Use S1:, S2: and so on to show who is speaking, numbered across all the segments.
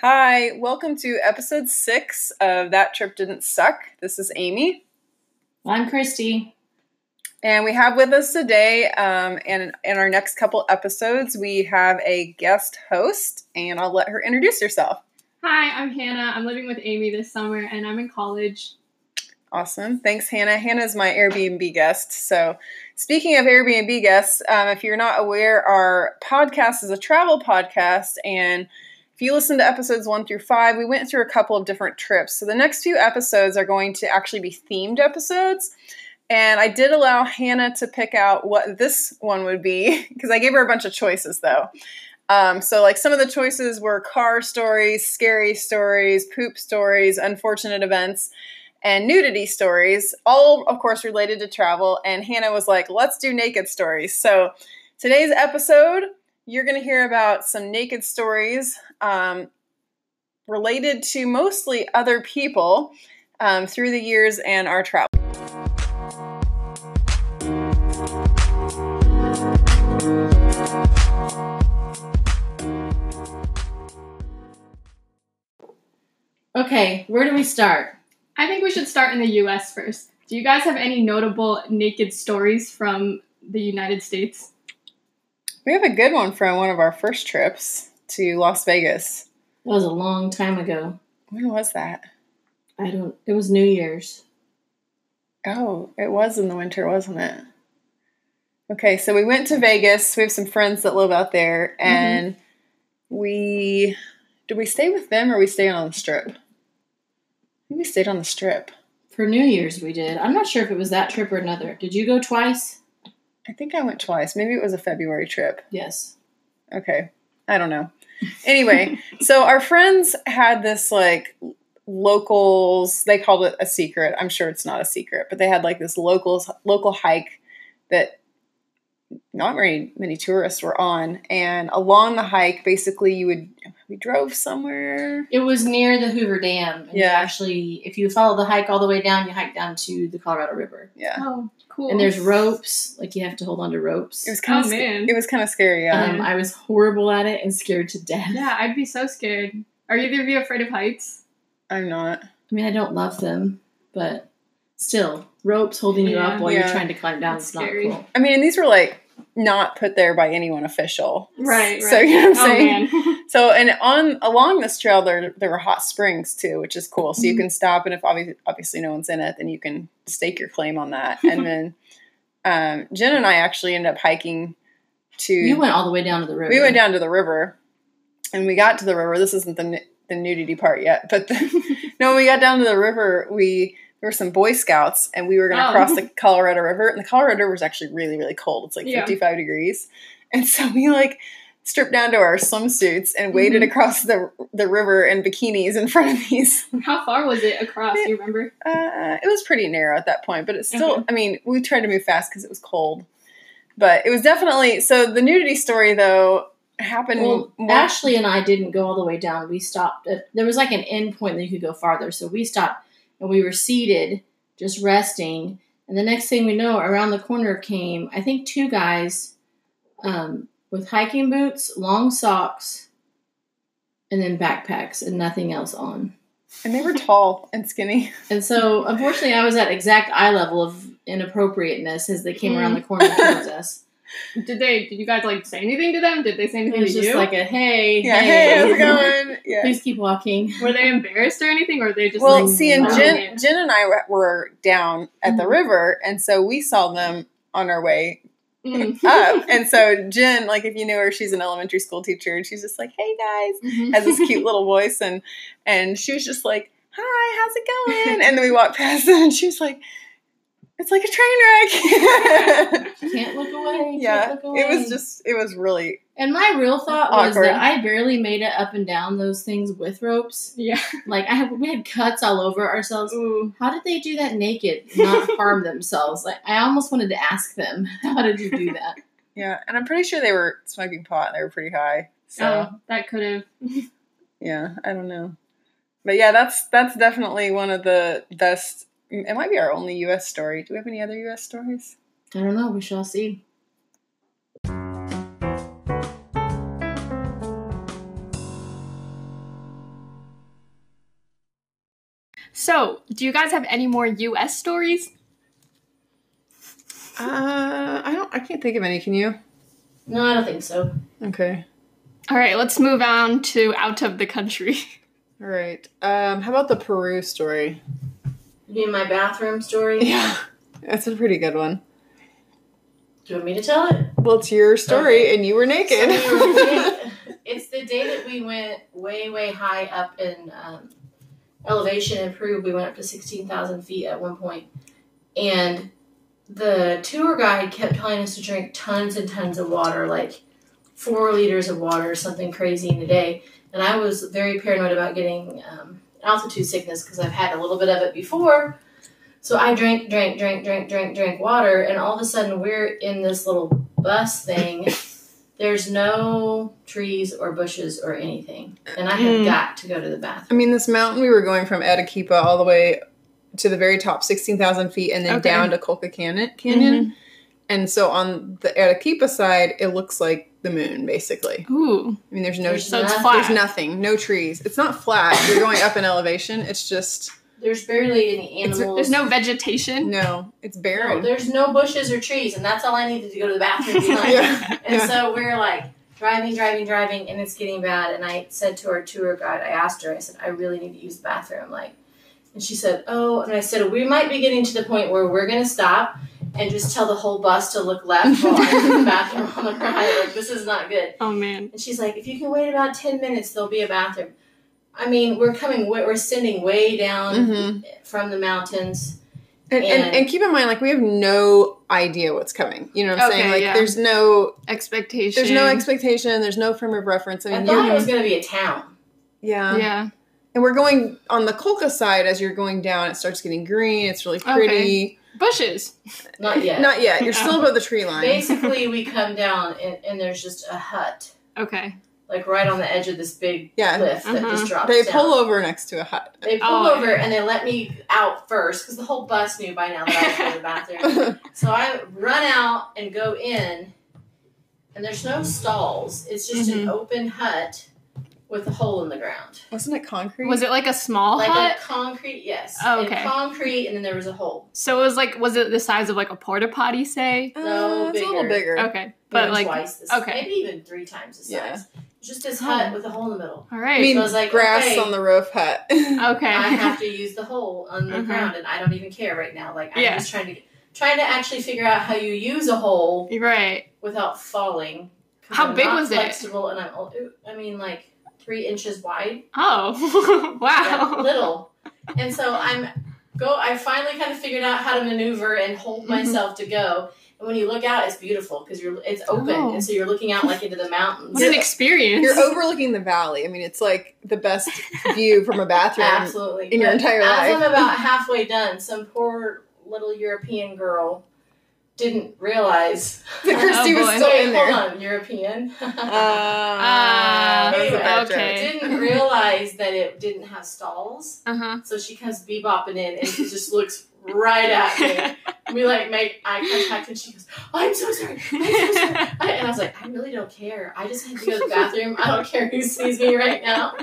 S1: Hi, welcome to episode six of That Trip Didn't Suck. This is Amy,
S2: I'm Christy.
S1: and we have with us today, um, and in our next couple episodes, we have a guest host, and I'll let her introduce herself.
S3: Hi, I'm Hannah. I'm living with Amy this summer and I'm in college.
S1: Awesome. Thanks, Hannah. Hannah's my Airbnb guest. So, speaking of Airbnb guests, um, if you're not aware, our podcast is a travel podcast. And if you listen to episodes one through five, we went through a couple of different trips. So, the next few episodes are going to actually be themed episodes. And I did allow Hannah to pick out what this one would be because I gave her a bunch of choices, though. Um, so, like some of the choices were car stories, scary stories, poop stories, unfortunate events and nudity stories, all of course related to travel. And Hannah was like, let's do naked stories. So today's episode, you're going to hear about some naked stories um, related to mostly other people um, through the years and our travel.
S2: Okay, where do we start?
S3: I think we should start in the US first. Do you guys have any notable naked stories from the United States?
S1: We have a good one from one of our first trips to Las Vegas.
S2: That was a long time ago.
S1: When was that?
S2: I don't. It was New Year's.
S1: Oh, it was in the winter, wasn't it? Okay, so we went to Vegas. We have some friends that live out there, and we did we stay with them or we stayed on the strip? I think we stayed on the strip.
S2: For New Year's, we did. I'm not sure if it was that trip or another. Did you go twice?
S1: I think I went twice. Maybe it was a February trip.
S2: Yes.
S1: Okay. I don't know. Anyway, so our friends had this like locals, they called it a secret. I'm sure it's not a secret, but they had like this locals local hike that not very many tourists were on. And along the hike, basically you would we drove somewhere.
S2: It was near the Hoover Dam. And you
S1: Yeah.
S2: actually, if you follow the hike all the way down, you hike down to the Colorado River.
S1: Yeah.
S3: Oh, cool.
S2: And there's ropes. Like you have to hold on to ropes.
S1: It was kind
S3: Oh
S1: of
S3: man. Uh-huh.
S1: it was kind of scary, yeah.
S2: Um, I was horrible at it and scared to death.
S3: Yeah, I'd be so scared. Are either of you afraid of heights?
S1: I'm not.
S2: I mean, I don't love them, but still, ropes holding you
S3: Yeah.
S2: up while
S1: Yeah.
S2: you're trying to climb down
S3: That's
S2: is not
S3: scary.
S2: cool.
S1: I mean, and these were like not put there by anyone official.
S3: Right,
S1: So you know what I'm
S3: oh
S1: saying?
S3: man.
S1: So and on along this trail there there were hot springs too, which is cool. So you
S2: Mhm.
S1: can stop and if obviously, obviously no one's in it, then you can stake your claim on that. And then um, Jen and I actually ended up hiking to
S2: You went all the way down to the river.
S1: we went down to the river and we got to the river. This isn't the nu- the nudity part yet, but the, no, when we got down to the river, we there were some Boy Scouts and we were going to
S3: Oh.
S1: cross the Colorado River. And the Colorado River is actually really really cold. It's like
S3: Yeah.
S1: 55 degrees. And so we like stripped down to our swimsuits and waded
S3: Mhm.
S1: across the the river in bikinis in front of these
S3: How far was it across? Do you remember?
S1: uh, it was pretty narrow at that point, but it's still,
S3: Okay.
S1: I mean, we tried to move fast because it was cold. But it was definitely, so the nudity story, though, happened
S2: Well,
S1: more.
S2: Ashley and I didn't go all the way down. We stopped. At, there was like an end point that you could go farther. So we stopped and we were seated, just resting. And the next thing we know, around the corner came, I think, two guys um, with hiking boots, long socks, and then backpacks and nothing else on.
S1: and they were tall and skinny.
S2: And so, unfortunately, I was at exact eye level of inappropriateness as they came around the
S1: Hmm.
S2: corner towards us.
S3: Did they did you guys like say anything to them? Did they say
S2: It
S3: anything
S2: was
S3: to
S2: just
S3: you?
S2: like a hey,
S1: Yeah, hey, how's it going? Yeah.
S2: Please keep walking.
S3: were they embarrassed or anything or were they just
S1: Well,
S3: like
S1: see, and
S3: wow.
S1: Jen, Jen and I were- were down at the
S2: Mhm.
S1: river, and so we saw them on our way
S3: Mm.
S1: up. and so Jen, like, if you knew her, she's an elementary school teacher, and she's just like, hey, guys.
S3: Mhm.
S1: has this cute little voice and and she was just like hi how's it going and then we walked past them and she was like it's like a train wreck
S2: Can't look away.
S1: yeah
S2: can't
S1: it
S2: look away.
S1: was just it was really
S2: And my real thought was
S1: Awkward.
S2: that I barely made it up and down those things with ropes.
S3: Yeah.
S2: Like I had, we had cuts all over ourselves.
S3: Ooh.
S2: How did they do that naked? Not harm themselves. Like I almost wanted to ask them, how did you do that?
S1: yeah and i'm pretty sure they were smoking pot and they were pretty high so
S3: Oh, that could have
S1: yeah i don't know but yeah that's that's definitely one of the best it might be our only us story do we have any other us stories
S2: I don't know. We shall see.
S3: So, do you guys have any more U.S. stories?
S1: Uh, I don't. I can't think of any. Can you?
S2: No, I don't think so.
S1: Okay.
S3: All right, let's move on to out of the country.
S1: All right. Um, how about the Peru story?
S2: You mean my bathroom story?
S1: Yeah, that's a pretty good one.
S2: Do you want me to tell it?
S1: Well, it's your story,
S2: Okay.
S1: and you were naked.
S2: So we were naked. it's the day that we went way, way high up in um, elevation in Peru. We went up to 16,000 feet at one point, And the tour guide kept telling us to drink tons and tons of water, like four liters of water, or something crazy in a day. And I was very paranoid about getting um, altitude sickness because I've had a little bit of it before. So I drank, drank, drank, drank, drank, drank water, and all of a sudden we're in this little bus thing there's no trees or bushes or anything. And I have
S1: Mm.
S2: got to go to the bathroom.
S1: I mean, this mountain we were going from Arequipa all the way to the very top, sixteen thousand feet, and then
S3: Okay.
S1: down to Colca Canyon. Canyon. And so on the Arequipa side, it looks like the moon, basically.
S3: Ooh,
S1: I mean, there's no, there's,
S2: There's
S3: so it's
S2: There's
S3: flat.
S1: nothing, no trees. It's not flat. You're going up in elevation. It's just
S2: There's barely any
S1: It's-
S2: animals.
S3: There's no vegetation.
S1: no. It's
S2: No,
S1: barren.
S2: there's no bushes or trees, and that's all I needed to go to the bathroom. tonight.
S1: yeah.
S2: And
S1: yeah.
S2: so we're like driving, driving, driving, and it's getting bad. And I said to our tour guide, I asked her, I said, I really need to use the bathroom. Like, and she said, Oh, and I said, We might be getting to the point where we're going to stop and just tell the whole bus to look left while I go to the bathroom on the right. Like, this is not good.
S3: Oh man.
S2: And she's like, if you can wait about 10 minutes, there'll be a bathroom. I mean, we're coming, wa- we're sending way down
S1: Mhm.
S2: from the mountains.
S1: And, and,
S2: And-
S1: and keep in mind, like we have no idea what's coming. You know what I'm
S3: Okay,
S1: saying? Like
S3: yeah.
S1: there's no
S3: Expectation.
S1: there's no expectation. There's no frame of reference. I
S2: I
S1: mean,
S2: thought
S1: you-
S2: it was going to be a town.
S1: yeah.
S3: Yeah.
S1: And we're going on the Kolka side as you're going down. It starts getting green. It's really
S3: Okay.
S1: pretty.
S3: Bushes.
S2: Not yet.
S1: Not yet. You're still above the tree line.
S2: Basically, we come down and, and there's just a hut,
S3: Okay.
S2: like right on the edge of this big
S1: Yeah.
S2: cliff that
S3: Uh-huh.
S2: just drops
S1: They
S2: down.
S1: pull over next to a hut.
S2: they pull
S3: Oh,
S2: over and they let me out first because the whole bus knew by now that I was going to the bathroom. So I run out and go in, and there's no stalls. It's just
S3: Mm-hmm.
S2: an open hut with a hole in the ground.
S1: Wasn't it concrete?
S3: Was it like a small
S2: like
S3: hut?
S2: a concrete, yes.
S3: Oh,
S2: And
S3: okay.
S2: concrete, and then there was a hole.
S3: so it was like was it the size of like a porta potty? Say.
S1: Uh,
S2: No,
S1: it's a little
S2: bigger.
S1: bigger.
S3: Okay. But
S2: Maybe
S3: like.
S2: twice this,
S3: okay.
S2: maybe even three times the size.
S1: Yeah.
S2: Just this
S3: Oh.
S2: hut with a hole in the middle.
S1: I
S3: All right.
S1: mean,
S2: So I was like,
S1: grass
S2: okay.
S1: on the roof hut.
S3: okay.
S2: I have to use the hole on the
S3: Uh-huh.
S2: ground, and I don't even care right now. Like I'm
S3: Yeah.
S2: just trying to trying to actually figure out how you use a hole
S3: You're right.
S2: without falling. 'Cause
S3: How
S2: I'm
S3: big
S2: not
S3: was it?
S2: flexible, and I'm. old- I mean, like three inches wide.
S3: Oh.
S2: Yeah,
S3: wow.
S2: little. And so I'm go. I finally kind of figured out how to maneuver and hold
S3: Mhm.
S1: Mm-hmm.
S2: myself to go. And when you look out, it's beautiful because you're it's open,
S3: Oh.
S2: and so you're looking out like into the mountains.
S3: What an experience.
S1: You're overlooking the valley. I mean, it's like the best view from a bathroom.
S2: Absolutely.
S1: in your
S2: But
S1: entire
S2: as
S1: life.
S2: I'm about halfway done, some poor little European girl didn't realize.
S1: The Christy was
S3: boy.
S1: still
S2: Wait,
S1: in there.
S2: Hold on, European.
S1: Uh,
S2: Uh,
S1: Ah, that was a bad
S3: okay.
S1: joke.
S2: didn't realize that it didn't have stalls.
S3: Uh huh.
S2: So she comes bebopping in and she just looks right at me. We like make eye contact and she goes, I'm so sorry. I'm so sorry. I- And I was like, I really don't care. I just had to go to the bathroom. I don't care who sees me right now.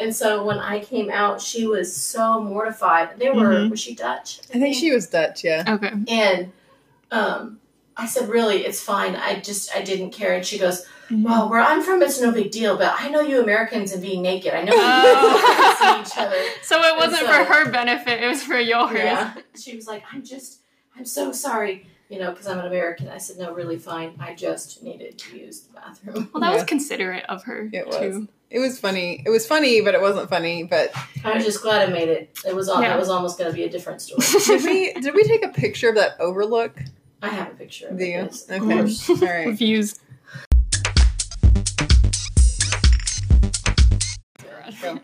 S2: And so when I came out, she was so mortified. They were,
S1: Mhm.
S2: was she Dutch?
S1: I think she was Dutch, yeah.
S3: okay.
S2: And um, I said, Really, it's fine. I just, I didn't care. And she goes, Well, where I'm from, it's no big deal, but I know you Americans and being naked. I know you
S3: Oh.
S2: see each other.
S3: So it wasn't
S2: so-
S3: for her benefit; it was for yours.
S2: uh, Yeah. She was like, I'm just, I'm so sorry, you know, because I'm an American. I said, no, really fine. I just needed to use the bathroom.
S3: Well, that was
S1: Yeah.
S3: considerate of her.
S1: It
S3: too.
S1: It was funny. It was funny, but it wasn't funny. But
S2: I was just glad I made it. It was all,
S3: Yeah.
S2: that was almost going to be a different story.
S1: did we did we take a picture of that overlook?
S2: I have a picture of
S1: Do
S2: it.
S1: you?
S2: yes.
S1: Okay.
S3: course.
S1: All right.
S3: Views.
S1: Go.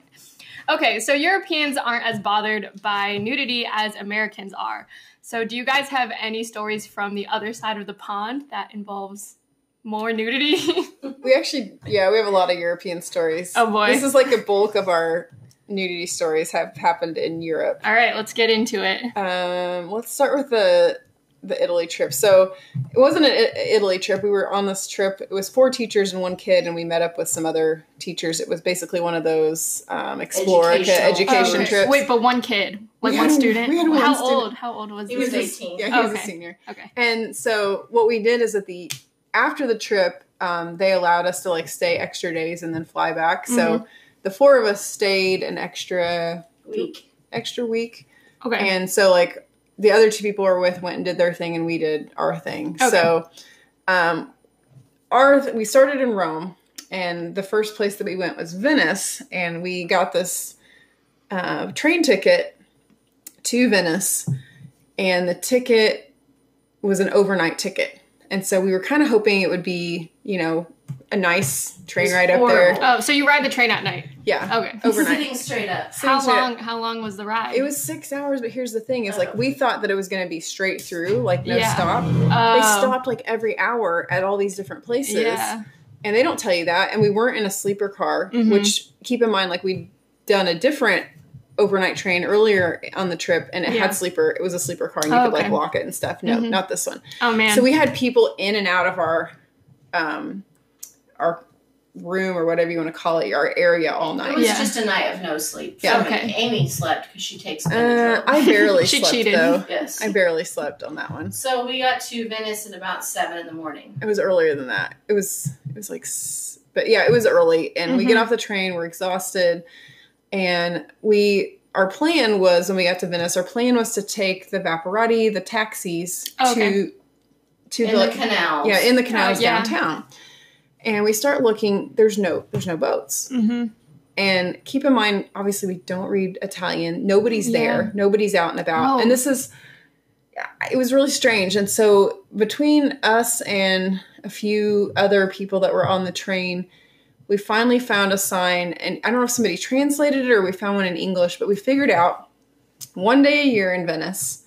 S3: Okay, so Europeans aren't as bothered by nudity as Americans are. So, do you guys have any stories from the other side of the pond that involves more nudity?
S1: We actually, yeah, we have a lot of European stories.
S3: Oh, boy.
S1: this is like the bulk of our nudity stories have happened in Europe.
S3: All right, let's get into it.
S1: Um, let's start with the the Italy trip. So it wasn't an I- Italy trip. We were on this trip. It was four teachers and one kid, and we met up with some other teachers. It was basically one of those um, Explorica
S2: Educational.
S1: education
S2: Oh, okay.
S1: trips.
S3: Wait, but one kid, like
S1: We
S3: one
S1: had-
S3: student.
S1: we had one
S3: How
S1: student.
S3: old? How old was
S2: He
S3: this?
S2: was
S3: kid?
S2: 18.
S1: yeah, he was a
S3: Okay.
S1: senior.
S3: Okay.
S1: And so what we did is at the after the trip, um, they allowed us to like stay extra days and then fly back. So the four of us stayed an extra
S2: Week.
S1: extra week,
S3: Okay.
S1: and so like the other two people we were with went and did their thing, and we did our thing.
S3: Okay.
S1: So um, our th- we started in Rome, and the first place that we went was Venice, and we got this uh, train ticket to Venice, and the ticket was an overnight ticket, and so we were kind of hoping it would be you know a nice train
S2: It's
S1: ride up
S2: horrible.
S1: there,
S3: oh, so you ride the train at night.
S1: yeah,
S3: Okay.
S1: overnight.
S2: Sitting straight up.
S3: How
S1: Same shit.
S3: long? How long was the ride?
S1: It was six hours, but here's the thing: is
S2: Uh-huh.
S1: like we thought that it was going to be straight through, like no
S3: Yeah.
S1: stop.
S3: Oh,
S1: They stopped like every hour at all these different places,
S3: Yeah.
S1: and they don't tell you that. And we weren't in a sleeper car,
S3: Mhm.
S1: which keep in mind, like we'd done a different overnight train earlier on the trip, and it
S3: Yeah.
S1: had sleeper. It was a sleeper car, and you
S3: Oh,
S1: could like
S3: okay.
S1: walk it and stuff. No,
S3: Mhm.
S1: not this one.
S3: Oh man.
S1: So we had people in and out of our, um, our room or whatever you want to call it, our area all night.
S2: It was
S3: Yeah.
S2: just a night of no sleep.
S1: Yeah.
S2: So,
S3: Okay.
S2: Amy slept because she takes
S1: Uh,
S2: Benadryl.
S1: I barely
S3: She
S1: slept
S3: cheated.
S1: though.
S2: yes.
S1: I barely slept on that one.
S2: so we got to Venice at about seven in the morning.
S1: It was earlier than that. It was it was like, s- but yeah, it was early, and we get
S3: Mhm.
S1: off the train. We're exhausted, and we our plan was when we got to Venice. Our plan was to take the Vaporati, the taxis
S3: Okay.
S1: to to
S2: in the canals.
S1: yeah in the canals
S3: Oh, yeah.
S1: downtown, and we start looking. There's no there's no boats,
S3: hmm
S1: and keep in mind, obviously, we don't read Italian. Nobody's
S3: Yeah.
S1: there. Nobody's out and about.
S3: No.
S1: And this is, it was really strange. And so, between us and a few other people that were on the train, we finally found a sign. And I don't know if somebody translated it or we found one in English, but we figured out one day a year in Venice,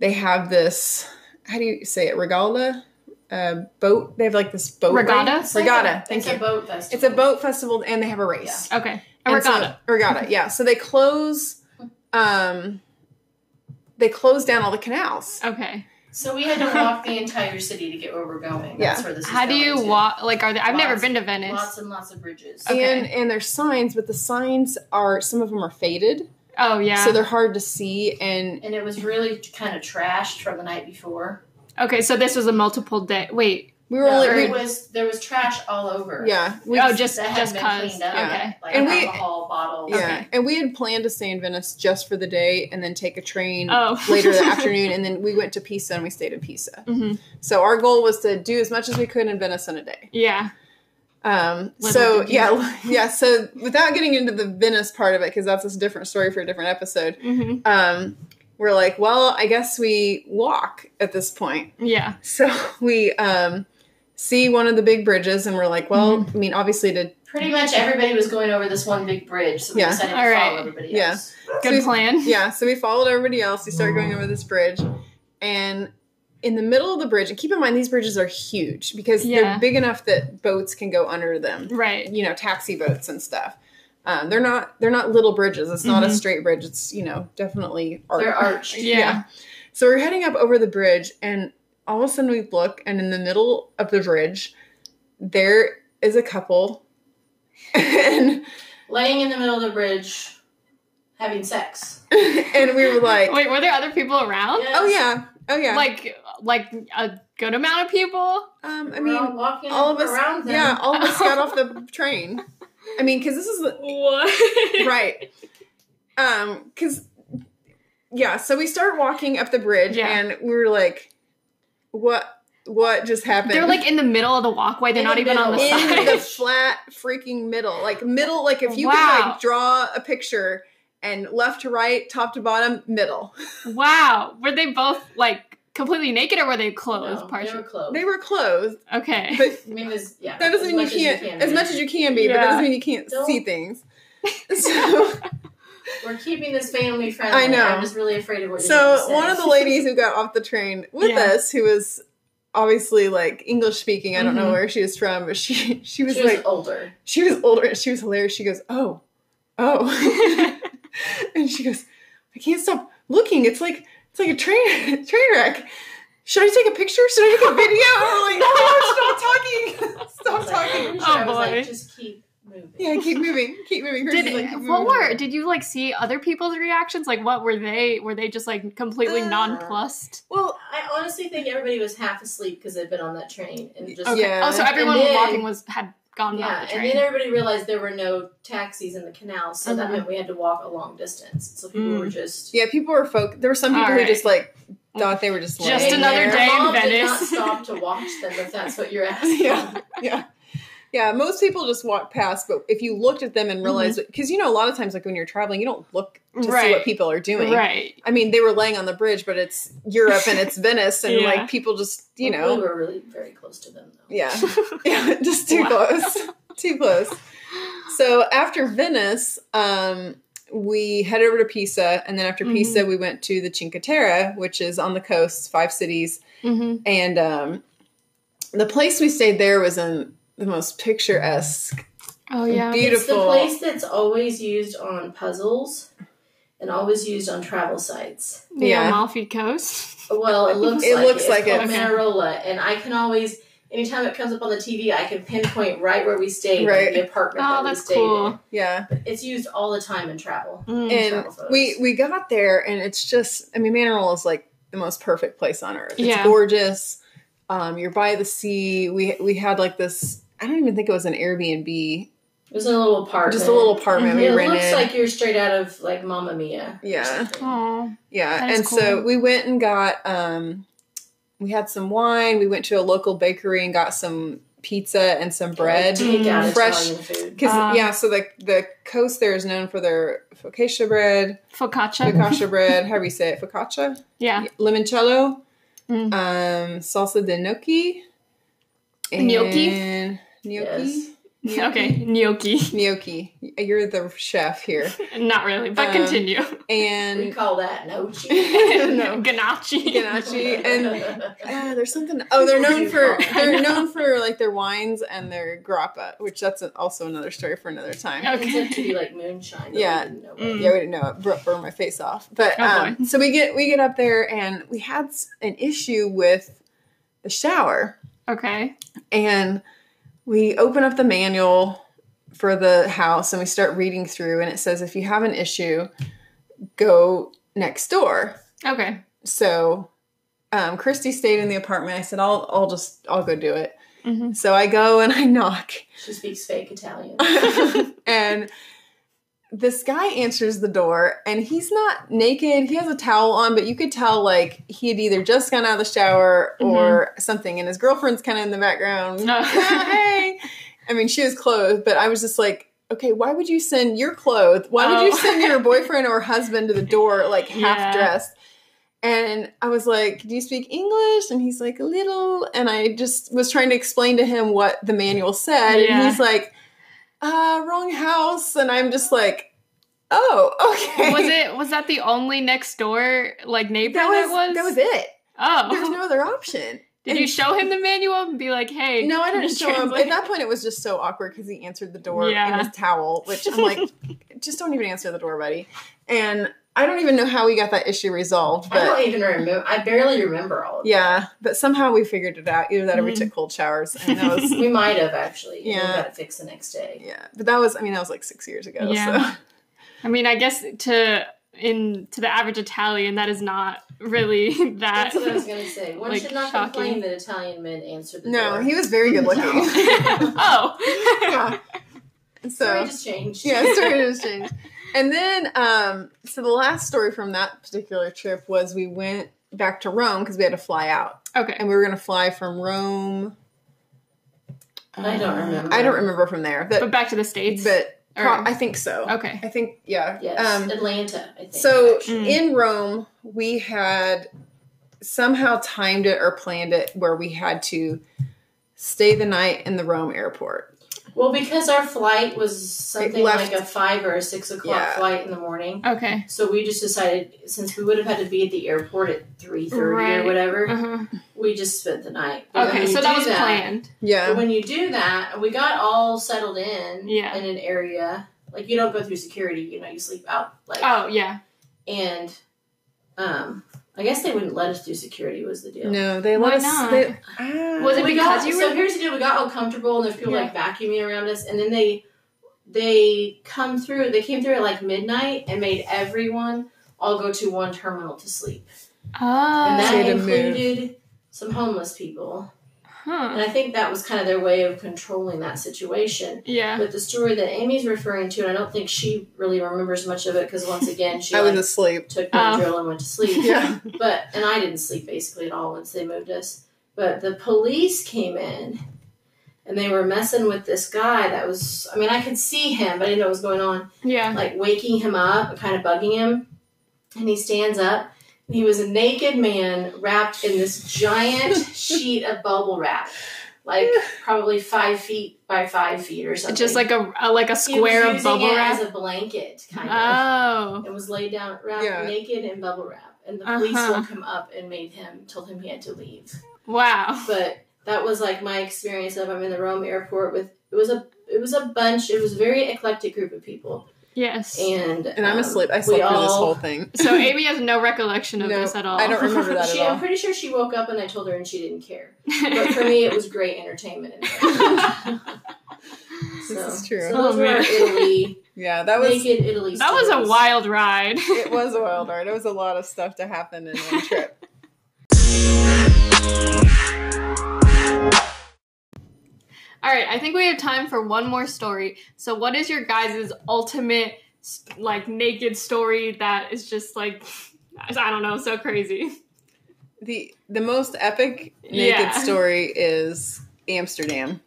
S1: they have this, how do you say it, regatta? Uh, boat. They have like this boat.
S3: Regatta?
S1: race. Regatta.
S2: It's
S1: Thank
S2: a
S1: you.
S2: boat festival.
S1: It's a boat festival and they have a race.
S3: Okay. A
S1: And so-
S3: regatta.
S1: regatta, yeah. So they close um they close down all the canals.
S3: okay.
S2: So we had to walk the entire city to get where we're going. That's
S1: Yeah.
S2: where this is
S3: How do
S2: going
S3: you
S2: to.
S3: walk? Like, are they? I've never
S2: Lots-
S3: been to Venice.
S2: Lots and lots of bridges.
S3: Oh, Okay.
S1: And and there's signs, but the signs are some of them are faded.
S3: oh yeah.
S1: So they're hard to see and
S2: And it was really kind of trashed from the night before.
S3: okay. So this was a multiple day. Wait.
S1: we were
S2: No,
S1: only
S2: it
S1: we,
S2: was there was trash all over.
S1: yeah. We,
S3: oh, just
S2: that
S3: just
S2: had been
S3: cause.
S2: cleaned up.
S3: Okay.
S2: Like
S1: And we-
S2: alcohol bottles.
S1: yeah.
S3: okay.
S1: And we had planned to stay in Venice just for the day and then take a train
S3: Oh.
S1: later that afternoon and then we went to Pisa and we stayed in Pisa.
S3: hmm
S1: So our goal was to do as much as we could in Venice in a day.
S3: Yeah.
S1: Um,
S3: Little
S1: so
S3: did you know.
S1: yeah, yeah. So without getting into the Venice part of it, because that's a different story for a different episode.
S3: hmm
S1: Um, we're like, well, I guess we walk at this point.
S3: Yeah.
S1: So we um, see one of the big bridges, and we're like, well, I mean, obviously to
S2: Pretty much everybody was going over this one big bridge, so we
S1: Yeah.
S2: decided to
S3: All right.
S2: follow everybody
S1: Yeah.
S2: else.
S3: Good
S1: so we-
S3: plan.
S1: yeah. So we followed everybody else. We started going over this bridge, and in the middle of the bridge, and keep in mind these bridges are huge because
S3: Yeah.
S1: they're big enough that boats can go under them.
S3: Right.
S1: you know taxi boats and stuff. Um, they're not they're not little bridges. It's not a
S3: Mhm.
S1: straight bridge. It's you know definitely arch.
S2: Mm-hmm. They're arched.
S3: Yeah.
S1: So we're heading up over the bridge, and all of a sudden we look, and in the middle of the bridge, there is a couple, and
S2: Laying in the middle of the bridge, having sex.
S1: and we were like,
S3: Wait. Were there other people around?
S2: Yes.
S1: oh yeah, oh yeah.
S3: Like like a good amount of people.
S1: um, I
S2: We're
S1: mean,
S2: all walking
S1: all of us,
S2: around them.
S1: yeah, all of us got off the train. I mean, because this is the-
S3: What?
S1: right um because yeah so we start walking up the bridge
S3: Yeah.
S1: and we were like what what just happened
S3: They're like in the middle of the walkway. They're
S2: In
S3: not
S2: the
S3: even on the
S2: middle.
S1: in
S3: side.
S1: the flat freaking middle like middle like if you could
S3: Wow.
S1: like draw a picture and left to right top to bottom middle
S3: Wow. Were they both like completely naked or were they clothed
S2: No, they
S3: partially?
S2: were clothed.
S1: they were closed
S3: okay.
S1: but
S2: I mean, it was, yeah.
S1: that doesn't
S2: as
S1: mean you
S2: much as
S1: can't
S2: can
S1: as
S2: be.
S1: much as you can be but that
S3: Yeah.
S1: doesn't mean you can't
S2: Don't-
S1: see things so
S2: We're keeping this family friendly.
S1: I know.
S2: I'm just really afraid of what you're going
S1: So
S2: to say.
S1: one of the ladies who got off the train with
S3: Yeah.
S1: us, who was obviously like English speaking, I don't know
S3: Mhm.
S1: where she was from, but she she was
S2: she was
S1: like
S2: older.
S1: she was older and she was hilarious. She goes, "Oh, oh," and she goes, "I can't stop looking. It's like it's like a train train wreck." should I take a picture? Should I take a video? Or like, no, stop talking. Stop talking.
S3: Oh,
S2: I was
S3: boy.
S2: like, just keep moving.
S1: Yeah, keep moving. Keep moving. Her
S3: Did
S1: just, like, keep moving.
S3: what were did you like see other people's reactions? Like what were they? Were they just like completely
S2: Uh,
S3: nonplussed?
S2: Well, I honestly think everybody was half asleep because they'd been on that train and just
S3: Okay.
S1: Yeah.
S3: Oh, so everyone
S2: And then-
S3: walking was had gone
S2: yeah.
S3: off the
S2: And
S3: train.
S2: then everybody realized there were no taxis in the canal, so that
S3: Mhm.
S2: meant we had to walk a long distance. So people
S1: Mm-hmm. Mm.
S2: were just
S1: Yeah, people were folk. There were some people
S3: All
S1: who
S3: right.
S1: just like thought they were just
S3: Just
S1: laying
S3: another
S1: there.
S2: Their
S3: day in
S2: mom Did not
S3: Venice.
S2: stop to watch them if that's what you're asking.
S1: Yeah. Yeah, most people just walk past, but if you looked at them and
S3: Mm-hmm.
S1: realized, because you know, a lot of times, like when you're traveling, you don't look to see
S3: Right.
S1: what people are doing.
S3: right.
S1: I mean, they were laying on the bridge, but it's Europe and it's Venice, and
S3: Yeah. Mm-hmm.
S1: like people just, you
S2: We-
S1: know,
S2: we were really very close to them though.
S1: yeah, yeah, just too
S3: Wow.
S1: close, too close. So after Venice, um, we headed over to Pisa, and then after Pisa,
S3: Mm-hmm.
S1: we went to the Cinque Terre, which is on the coast, five cities,
S3: Mhm.
S1: and um, the place we stayed there was in the most picturesque
S3: Oh yeah.
S1: Be-
S2: It's
S1: Beautiful.
S2: the place that's always used on puzzles and always used on travel sites.
S3: the
S1: yeah.
S3: Amalfi Coast.
S2: Well, it looks
S1: It
S2: like
S1: looks
S2: it.
S1: like
S2: it's
S1: it.
S2: called Manarola, and I can always, anytime it comes up on the TV, I can pinpoint right where we stayed,
S1: Right.
S2: in the apartment.
S3: Oh,
S2: that
S3: that's
S2: we stayed
S3: cool.
S1: Yeah.
S2: in. It's used all the time in travel.
S3: Mm.
S1: And
S2: travel photos.
S1: we we got there and it's just I mean Manor is like the most perfect place on earth. It's
S3: Yeah.
S1: gorgeous. Um you're by the sea. We we had like this I don't even think it was an Airbnb.
S2: It was in a little apartment. Mm-hmm.
S1: Just a little apartment
S2: It
S1: we
S2: looks
S1: rented.
S2: like you're straight out of like Mamma Mia. or
S1: Yeah.
S2: something.
S3: Aw.
S1: yeah.
S3: that is
S1: And so
S3: cool.
S1: we went and got um we had some wine, we went to a local bakery and got some pizza and some bread. Mm-hmm.
S2: Like, take out
S1: Fresh-
S2: Italian food.
S1: Cause
S3: Ah.
S1: yeah, so the the coast there is known for their focaccia bread,
S3: Focaccia.
S1: focaccia bread, how do we say it? Focaccia?
S3: Yeah.
S1: limoncello,
S3: Mm.
S1: um, salsa de gnocchi, and
S3: Gnocchi?
S1: gnocchi,
S2: Yes.
S1: gnocchi,
S3: Okay. Gnocchi.
S1: gnocchi. You're the chef here,
S3: Not really, but
S1: Um,
S3: continue.
S2: We
S1: and
S2: call that no cheese.
S1: no.
S3: Ganache.
S1: ganache, and uh, there's something. Oh, they're known for they're known for like their wines and their grappa, which that's also another story for another time.
S2: It's meant to
S3: Okay.
S2: be like moonshine. but
S1: Yeah.
S2: we didn't know it.
S3: Mm.
S1: Yeah, we didn't know it bro- burned my face off. But
S3: Oh,
S1: um, so we get we get up there and we had s- an issue with the shower.
S3: Okay.
S1: and we open up the manual for the house and we start reading through and it says if you have an issue go next door
S3: Okay.
S1: so um, christy stayed in the apartment i said i'll i'll just i'll go do it
S3: Mhm.
S1: so i go and i knock
S2: She speaks fake Italian.
S1: and this guy answers the door and he's not naked he has a towel on but you could tell like he had either just gotten out of the shower
S3: Mm-hmm.
S1: or something and his girlfriend's kind of in the background
S3: No.
S1: hey i mean she was clothed but i was just like okay why would you send your clothed why would you
S3: Oh.
S1: send your boyfriend or husband to the door like
S3: Yeah.
S1: half dressed and I was like, Do you speak English? And he's like, A little. And I just was trying to explain to him what the manual said.
S3: Yeah.
S1: And he's like, uh, Wrong house. And I'm just like, Oh, okay.
S3: Was it was that the only next door like neighbor
S1: That was,
S3: was?
S1: that was it. There's
S3: Oh.
S1: no other option.
S3: Did you show him the manual and be like, hey?
S1: No, I
S3: can you
S1: didn't show him.
S3: translate?
S1: At that point, it was just so awkward because he answered the door
S3: Yeah.
S1: in his towel, which I'm like, just don't even answer the door, buddy. And I don't even know how we got that issue resolved,
S2: I
S1: but
S2: don't even remember. I barely remember all of that.
S1: yeah. But somehow we figured it out. Either that, or we
S3: Mhm.
S1: took cold showers, and that was
S2: We might have actually. Yeah. We
S1: Yeah.
S2: got it fixed the next day.
S1: Yeah, but that was I mean that was like six years ago.
S3: Yeah.
S1: So
S3: I mean, I guess to in to the average Italian, that is not really that.
S2: That's what I was going to say. One
S3: Like,
S2: should not
S3: shocking.
S2: complain that Italian men answer the
S1: no,
S2: door.
S1: he was very good looking.
S3: oh.
S1: yeah.
S2: Story
S1: So
S2: just changed.
S1: uh, yeah, story just changed. And then um, so the last story from that particular trip was we went back to Rome because we had to fly out
S3: Okay.
S1: and we were going to fly from Rome.
S2: I don't remember.
S1: I don't remember from there,
S3: But
S1: but
S3: back to the states.
S1: but
S3: or-
S1: pro- I think so.
S3: okay.
S1: I think yeah.
S2: Yes,
S1: Um,
S2: Atlanta. I think.
S1: So
S2: actually.
S3: Mm.
S1: in Rome, we had somehow timed it or planned it where we had to stay the night in the Rome airport.
S2: well, because our flight was something
S1: left-
S2: like a five or a six o'clock
S1: Yeah.
S2: flight in the morning,
S3: Okay.
S2: so we just decided since we would have had to be at the airport at three thirty
S3: Right.
S2: or whatever,
S3: Uh-huh.
S2: we just spent the night. But
S3: Okay.
S2: when you
S3: So that
S2: do
S3: was planned.
S2: But
S1: Yeah.
S2: when you do that, we got all settled in
S3: Yeah.
S2: in an area. Like you don't go through security, you know, you sleep out like
S3: Oh yeah.
S2: and Um, I guess they wouldn't let us do security. Was the deal?
S1: No, they let
S3: Why
S1: us.
S3: not?
S1: They, ah.
S3: Was it
S2: we
S3: because
S2: got,
S3: you
S2: so
S3: were-
S2: here's the deal: we got uncomfortable, and there's people
S3: Yeah.
S2: like vacuuming around us, and then they they come through. They came through at like midnight and made everyone all go to one terminal to sleep,
S3: Oh.
S2: and
S1: So you had
S2: that
S1: to move.
S2: included some homeless people. And
S3: huh.
S2: I think that was kind of their way of controlling that situation.
S3: Yeah.
S2: But the story that Amy's referring to, and I don't think she really remembers much of it because once again, she
S1: I was
S2: like,
S1: asleep.
S2: took
S3: Oh.
S2: Benadryl and went to sleep.
S1: Yeah.
S2: But and I didn't sleep basically at all once they moved us. But the police came in and they were messing with this guy that was I mean, I could see him, but I didn't know what was going on.
S3: Yeah.
S2: Like waking him up, kind of bugging him. And he stands up and he was a naked man wrapped in this giant sheet of bubble wrap. Like probably five feet by five feet or something.
S3: Just like a, a like
S2: He
S3: a
S2: was
S3: square of
S2: using
S3: bubble
S2: it
S3: wrap.
S2: as a blanket, kind of
S3: Oh.
S2: and was laid down wrapped
S1: Yeah.
S2: naked in bubble wrap. And the police
S3: Uh-huh.
S2: woke him up and made him told him he had to leave.
S3: Wow.
S2: But that was like my experience of I'm in the Rome airport with it was a it was a bunch it was a very eclectic group of people
S3: Yes.
S2: and
S1: And I'm
S2: um,
S1: asleep. I
S2: we
S1: slept through this
S2: all-
S1: whole thing.
S3: So Amy has no recollection of
S1: No,
S3: this at all.
S1: I don't remember that
S2: She,
S1: at
S2: I'm
S1: all.
S2: pretty sure she woke up and I told her and she didn't care. But for me, it was great entertainment. And so,
S1: This is true.
S2: So those
S3: Oh,
S2: were our
S3: man.
S2: Italy,
S1: Yeah, that was
S2: naked Italy.
S3: that was a
S2: stories.
S3: wild ride.
S1: it was a wild ride. It was a lot of stuff to happen in one trip.
S3: All right, I think we have time for one more story. So, what is your guys' ultimate s- like naked story that is just like I don't know, so crazy?
S1: The the most epic naked
S3: Yeah.
S1: story is Amsterdam.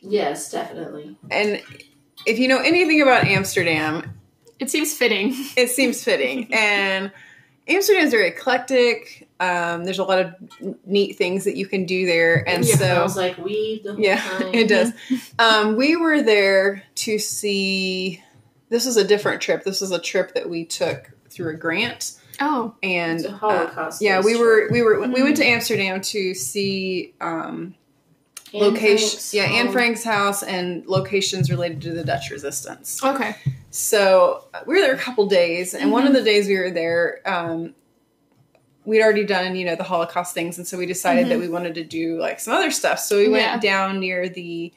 S2: Yes, definitely.
S1: And if you know anything about Amsterdam,
S3: It seems fitting.
S1: it seems fitting. and Amsterdam's very eclectic. Um, there's a lot of n- neat things that you can do there. And
S3: Yeah.
S1: so
S2: Smells like weed the whole
S1: Yeah,
S2: time.
S1: it does. Um, we were there to see. This is a different trip. This is a trip that we took through a grant,
S3: Oh,
S1: and
S2: It's a
S1: uh,
S2: Holocaust.
S1: yeah, we
S2: history.
S1: were we were we went to Amsterdam to see um,
S2: Anne
S1: locations.
S2: Frank's
S1: Yeah, Anne
S2: home.
S1: Frank's house and locations related to the Dutch Resistance.
S3: okay.
S1: So uh, we were there a couple days, and
S2: Mm-hmm.
S1: one of the days we were there, um, we'd already done you know the Holocaust things, and so we decided
S2: Mm-hmm.
S1: that we wanted to do like some other stuff. So we went
S3: Yeah.
S1: down near the,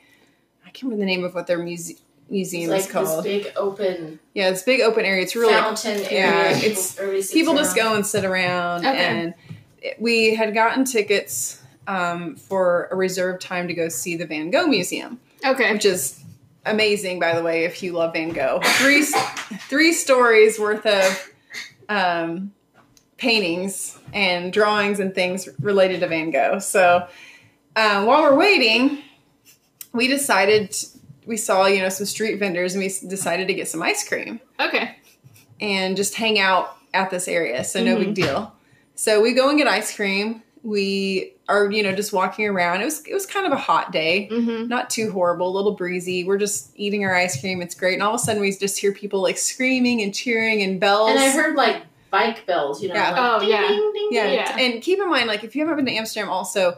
S1: I can't remember the name of what their muse-
S2: It's
S1: museum
S2: like
S1: is called.
S2: this big open
S1: yeah, it's a big open area. It's really
S2: fountain
S1: yeah,
S2: area.
S1: it's-
S2: everybody sits
S1: people just
S2: around.
S1: go and sit around,
S3: Okay.
S1: and it- we had gotten tickets um, for a reserved time to go see the Van Gogh Museum
S3: Okay.
S1: which is amazing, by the way, if you love Van Gogh. Three three stories worth of um, paintings and drawings and things related to Van Gogh. So uh, while we're waiting, we decided we saw you know some street vendors and we s- decided to get some ice cream
S3: Okay.
S1: and just hang out at this area. So no
S2: Mm-hmm.
S1: big deal. So we go and get ice cream. We are you know just walking around. It was it was kind of a hot day
S3: Mhm.
S1: not too horrible, a little breezy. We're just eating our ice cream. It's great. And all of a sudden, we just hear people like screaming and cheering and bells.
S2: And I heard like bike bells, you know.
S1: Yeah.
S2: Like,
S3: Oh,
S2: ding,
S3: yeah.
S2: Ding, ding,
S1: yeah.
S2: ding.
S3: Yeah.
S1: And keep in mind, like, if you haven't been to Amsterdam, also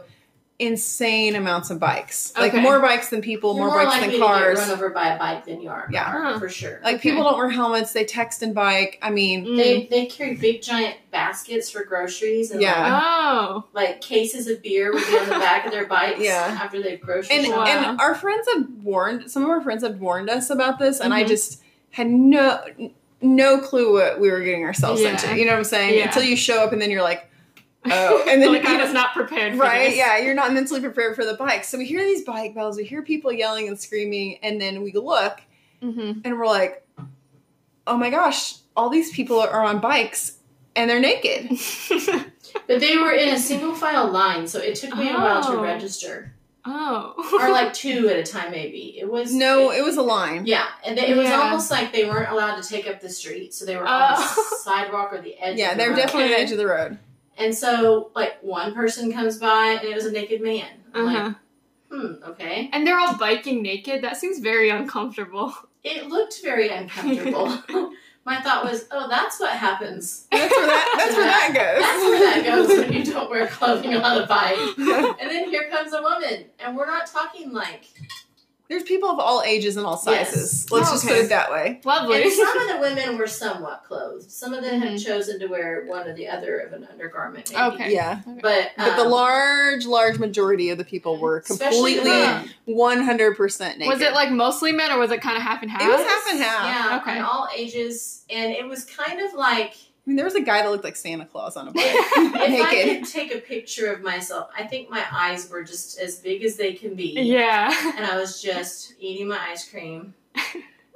S1: insane amounts of bikes. Like,
S3: Okay.
S1: more bikes than people,
S2: You're
S1: more,
S2: more
S1: bikes
S2: likely
S1: than
S2: to get run
S1: cars.
S2: over by a bike than you are. a
S1: Yeah.
S2: car,
S3: Huh.
S2: for sure.
S1: Like,
S3: Okay.
S1: people don't wear helmets. They text and bike. I mean,
S3: Mm.
S2: They they carry big giant baskets for groceries and
S1: Yeah.
S3: Oh.
S2: like, like, cases of beer would be on the back of their bikes
S1: Yeah.
S2: after they've grocery
S1: and,
S2: shopped.
S3: Wow.
S1: and our friends had warned, some of our friends had warned us about this, and I
S3: Mhm.
S1: just had no. No clue what we were getting ourselves
S3: Yeah.
S1: into. You know what I'm saying?
S3: Yeah.
S1: Until you show up and then you're like, Oh, and then
S3: like
S1: you
S3: I
S1: know-
S3: was not prepared. For
S1: Right,
S3: this.
S1: yeah, you're not mentally prepared for the bike. So we hear these bike bells, we hear people yelling and screaming, and then we look
S3: Mhm.
S1: and we're like, oh my gosh, all these people are on bikes and they're naked.
S3: Mm-hmm.
S2: but they were in a single file line, so it took me a while to
S3: Oh.
S2: register.
S3: oh.
S2: Or like two at a time maybe. It was
S1: No, it was a line.
S2: Yeah, and they, it was
S3: Yeah.
S2: almost like they weren't allowed to take up the street, so they were on the
S3: Oh.
S2: sidewalk or the edge.
S1: Yeah,
S2: of
S1: they
S2: the
S1: were
S2: road.
S1: definitely on the edge of the road.
S2: And so, like one person comes by, and it was a naked man. I'm
S3: Uh-huh.
S2: like, hmm, okay.
S3: And they're all biking naked. That seems very uncomfortable.
S2: It looked very uncomfortable. My thought was, oh, that's what happens.
S1: That's where that, that's where that goes.
S2: That's where that goes when you don't wear clothing on a bike. And then here comes a woman, and we're not talking like
S1: There's people of all ages and all
S2: Yes.
S1: sizes. Let's
S3: Oh,
S1: just
S3: okay.
S1: put it that way.
S3: Lovely.
S2: And some of the women were somewhat clothed. Some of them had
S3: Mhm.
S2: chosen to wear one or the other of an undergarment. Maybe.
S3: Okay.
S1: Yeah.
S2: But,
S1: But the
S2: um,
S1: large, large majority of the people were
S2: especially the
S1: completely
S2: men.
S1: 100% naked.
S3: Was it like mostly men or was it kind of half and half?
S1: It was half and half.
S2: Yeah,
S3: Okay.
S2: on all ages, and it was kind of like
S1: I mean, there was a guy that looked like Santa Claus on a bike.
S2: if I
S1: Naked.
S2: could take a picture of myself, I think my eyes were just as big as they can be,
S3: Yeah.
S2: and I was just eating my ice cream,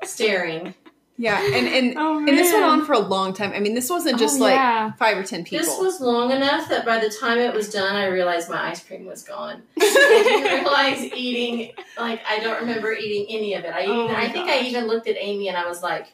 S2: staring.
S1: yeah. And, and,
S3: Oh,
S1: and this went
S3: man.
S1: on for a long time. I mean, this wasn't just
S3: Oh,
S1: like
S3: yeah.
S1: five or 10 people.
S2: This was long enough that by the time it was done, I realized my ice cream was gone. I didn't realize eating like I don't remember eating any of it. I even,
S3: Oh my
S2: I think I even looked at Amy and I was like,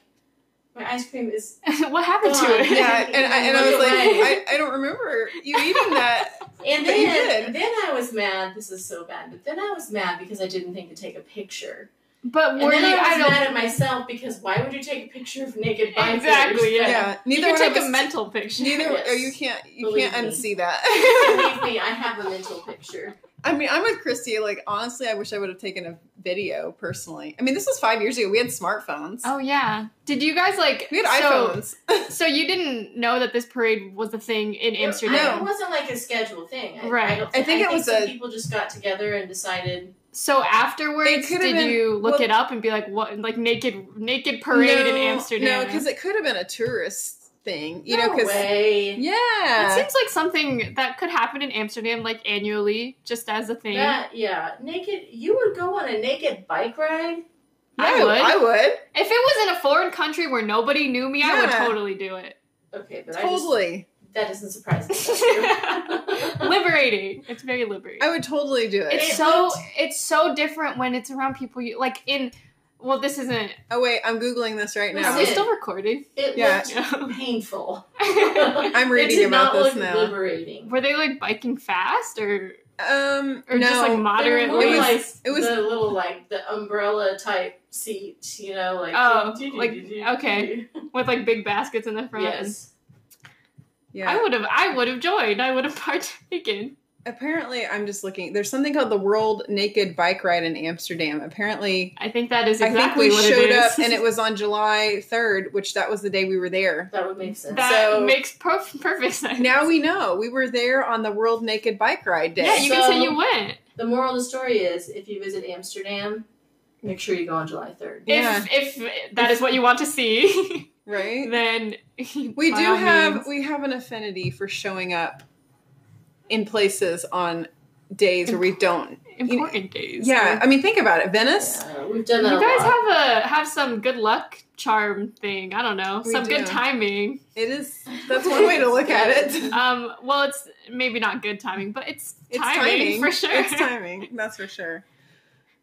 S2: my ice cream is
S3: what happened to it?
S1: yeah, and I, and I was like,
S2: Right.
S1: I, I don't remember you eating that.
S2: And
S1: But you
S2: then,
S1: did.
S2: then I was mad. This is so bad. But then I was mad because I didn't think to take a picture.
S3: But
S2: And
S3: were
S2: then
S3: you?
S2: I was
S3: I don't.
S2: mad at myself because why would you take a picture of naked bikers?
S3: Exactly. Yeah.
S1: Yeah,
S3: You
S1: neither
S3: could
S1: one
S3: take
S1: of us,
S3: a mental picture.
S1: Neither
S2: Yes.
S1: or you can't you
S2: Believe
S1: can't
S2: me.
S1: unsee that.
S2: Believe me, I have a mental picture.
S1: I mean, I'm with Christy. Like honestly, I wish I would have taken a video personally. I mean, this was five years ago. We had smartphones.
S3: Oh yeah. Did you guys like?
S1: We had
S3: so,
S1: iPhones.
S3: So you didn't know that this parade was the thing in Amsterdam.
S2: I- it wasn't like a scheduled thing. I,
S3: Right.
S2: I, don't,
S1: I think it was
S2: some
S1: a-
S2: people just got together and decided.
S3: So
S1: It
S3: afterwards, did
S1: could've been-
S3: you look
S1: well-
S3: it up and be like, what, like naked, naked parade in Amsterdam?
S1: No, because it could have been a tourist thing. You know,
S2: no
S1: because
S2: way.
S3: it
S1: yeah,
S3: seems like something that could happen in Amsterdam, like annually, just as a thing.
S2: That, yeah, naked. You would go on a naked bike ride.
S3: I
S1: No,
S3: would.
S1: I would
S3: If it was in a foreign country where nobody knew me, I would
S1: Yeah.
S3: totally do it.
S2: Okay, but
S1: totally.
S2: I just, that doesn't surprise me. That's true.
S3: liberating. It's very liberating.
S1: I would totally do it.
S3: it's
S2: It
S3: so
S2: looked-
S3: it's so different when it's around people you like in. Well, this isn't.
S1: oh wait, I'm googling this right
S2: Was
S3: Are
S1: now.
S3: we
S2: it-
S3: still recording?
S2: it
S1: Yeah.
S2: looked painful.
S1: I'm reading
S2: it did
S1: about
S2: not
S1: this
S2: look
S1: now.
S2: Liberating.
S3: Were they like biking fast or
S1: Um,
S3: or
S1: no,
S3: just like
S2: They
S3: moderate?
S2: were more
S1: It was-
S2: like
S1: it was-
S2: the little like the umbrella type seat, you know, like
S3: Oh, like, okay. with like big baskets in the front?
S2: yes.
S1: yeah.
S3: I would have. I would have joined. I would have partaken.
S1: Apparently, I'm just looking. There's something called the World Naked Bike Ride in Amsterdam. Apparently,
S3: I think that is exactly
S1: I think we
S3: what
S1: showed
S3: it is.
S1: up and it was on July 3rd, which that was the day we were there.
S2: That would make sense.
S3: that
S1: so-
S3: makes perf- perfect sense.
S1: Now we know we were there on the World Naked Bike Ride Day.
S3: yeah, you can
S2: So-
S3: say you went.
S2: the moral of the story is if you visit Amsterdam, make sure you go on July third.
S1: Yeah.
S3: If if that is what you want to see,
S1: right?
S3: then
S1: We
S3: by
S1: do
S3: all
S1: have
S3: means.
S1: we have an affinity for showing up in places on days where we don't.
S3: important days.
S1: Yeah, I mean, think about it. Venice.
S2: Yeah, we've done
S3: You
S2: that a
S3: guys
S2: lot.
S3: have a have some good luck charm thing. I don't know,
S1: We
S3: some
S1: do.
S3: good timing.
S1: It is. That's one way to look at it.
S3: Um, well, it's maybe not good timing, but it's,
S1: It's
S3: timing, for sure.
S1: It's timing, that's for sure.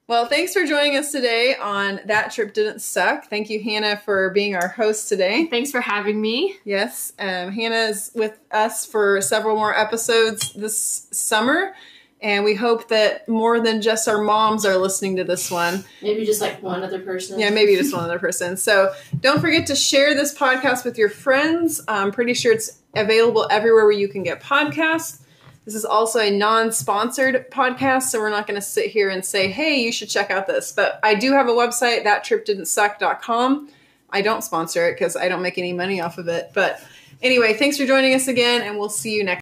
S1: Well, thanks for joining us today on That Trip Didn't Suck. Thank you, Hannah, for being our host today.
S3: Thanks for having me.
S1: Yes, um, Hannah is with us for several more episodes this summer, and we hope that more than just our moms are listening to this one.
S2: Maybe just like one other person.
S1: Yeah, maybe just one other person. So don't forget to share this podcast with your friends. I'm pretty sure it's available everywhere where you can get podcasts. This is also a non sponsored podcast, so we're not going to sit here and say, hey, you should check out this. But I do have a website, thattripdidn'tsuck.com. I don't sponsor it because I don't make any money off of it. But anyway, thanks for joining us again, and we'll see you next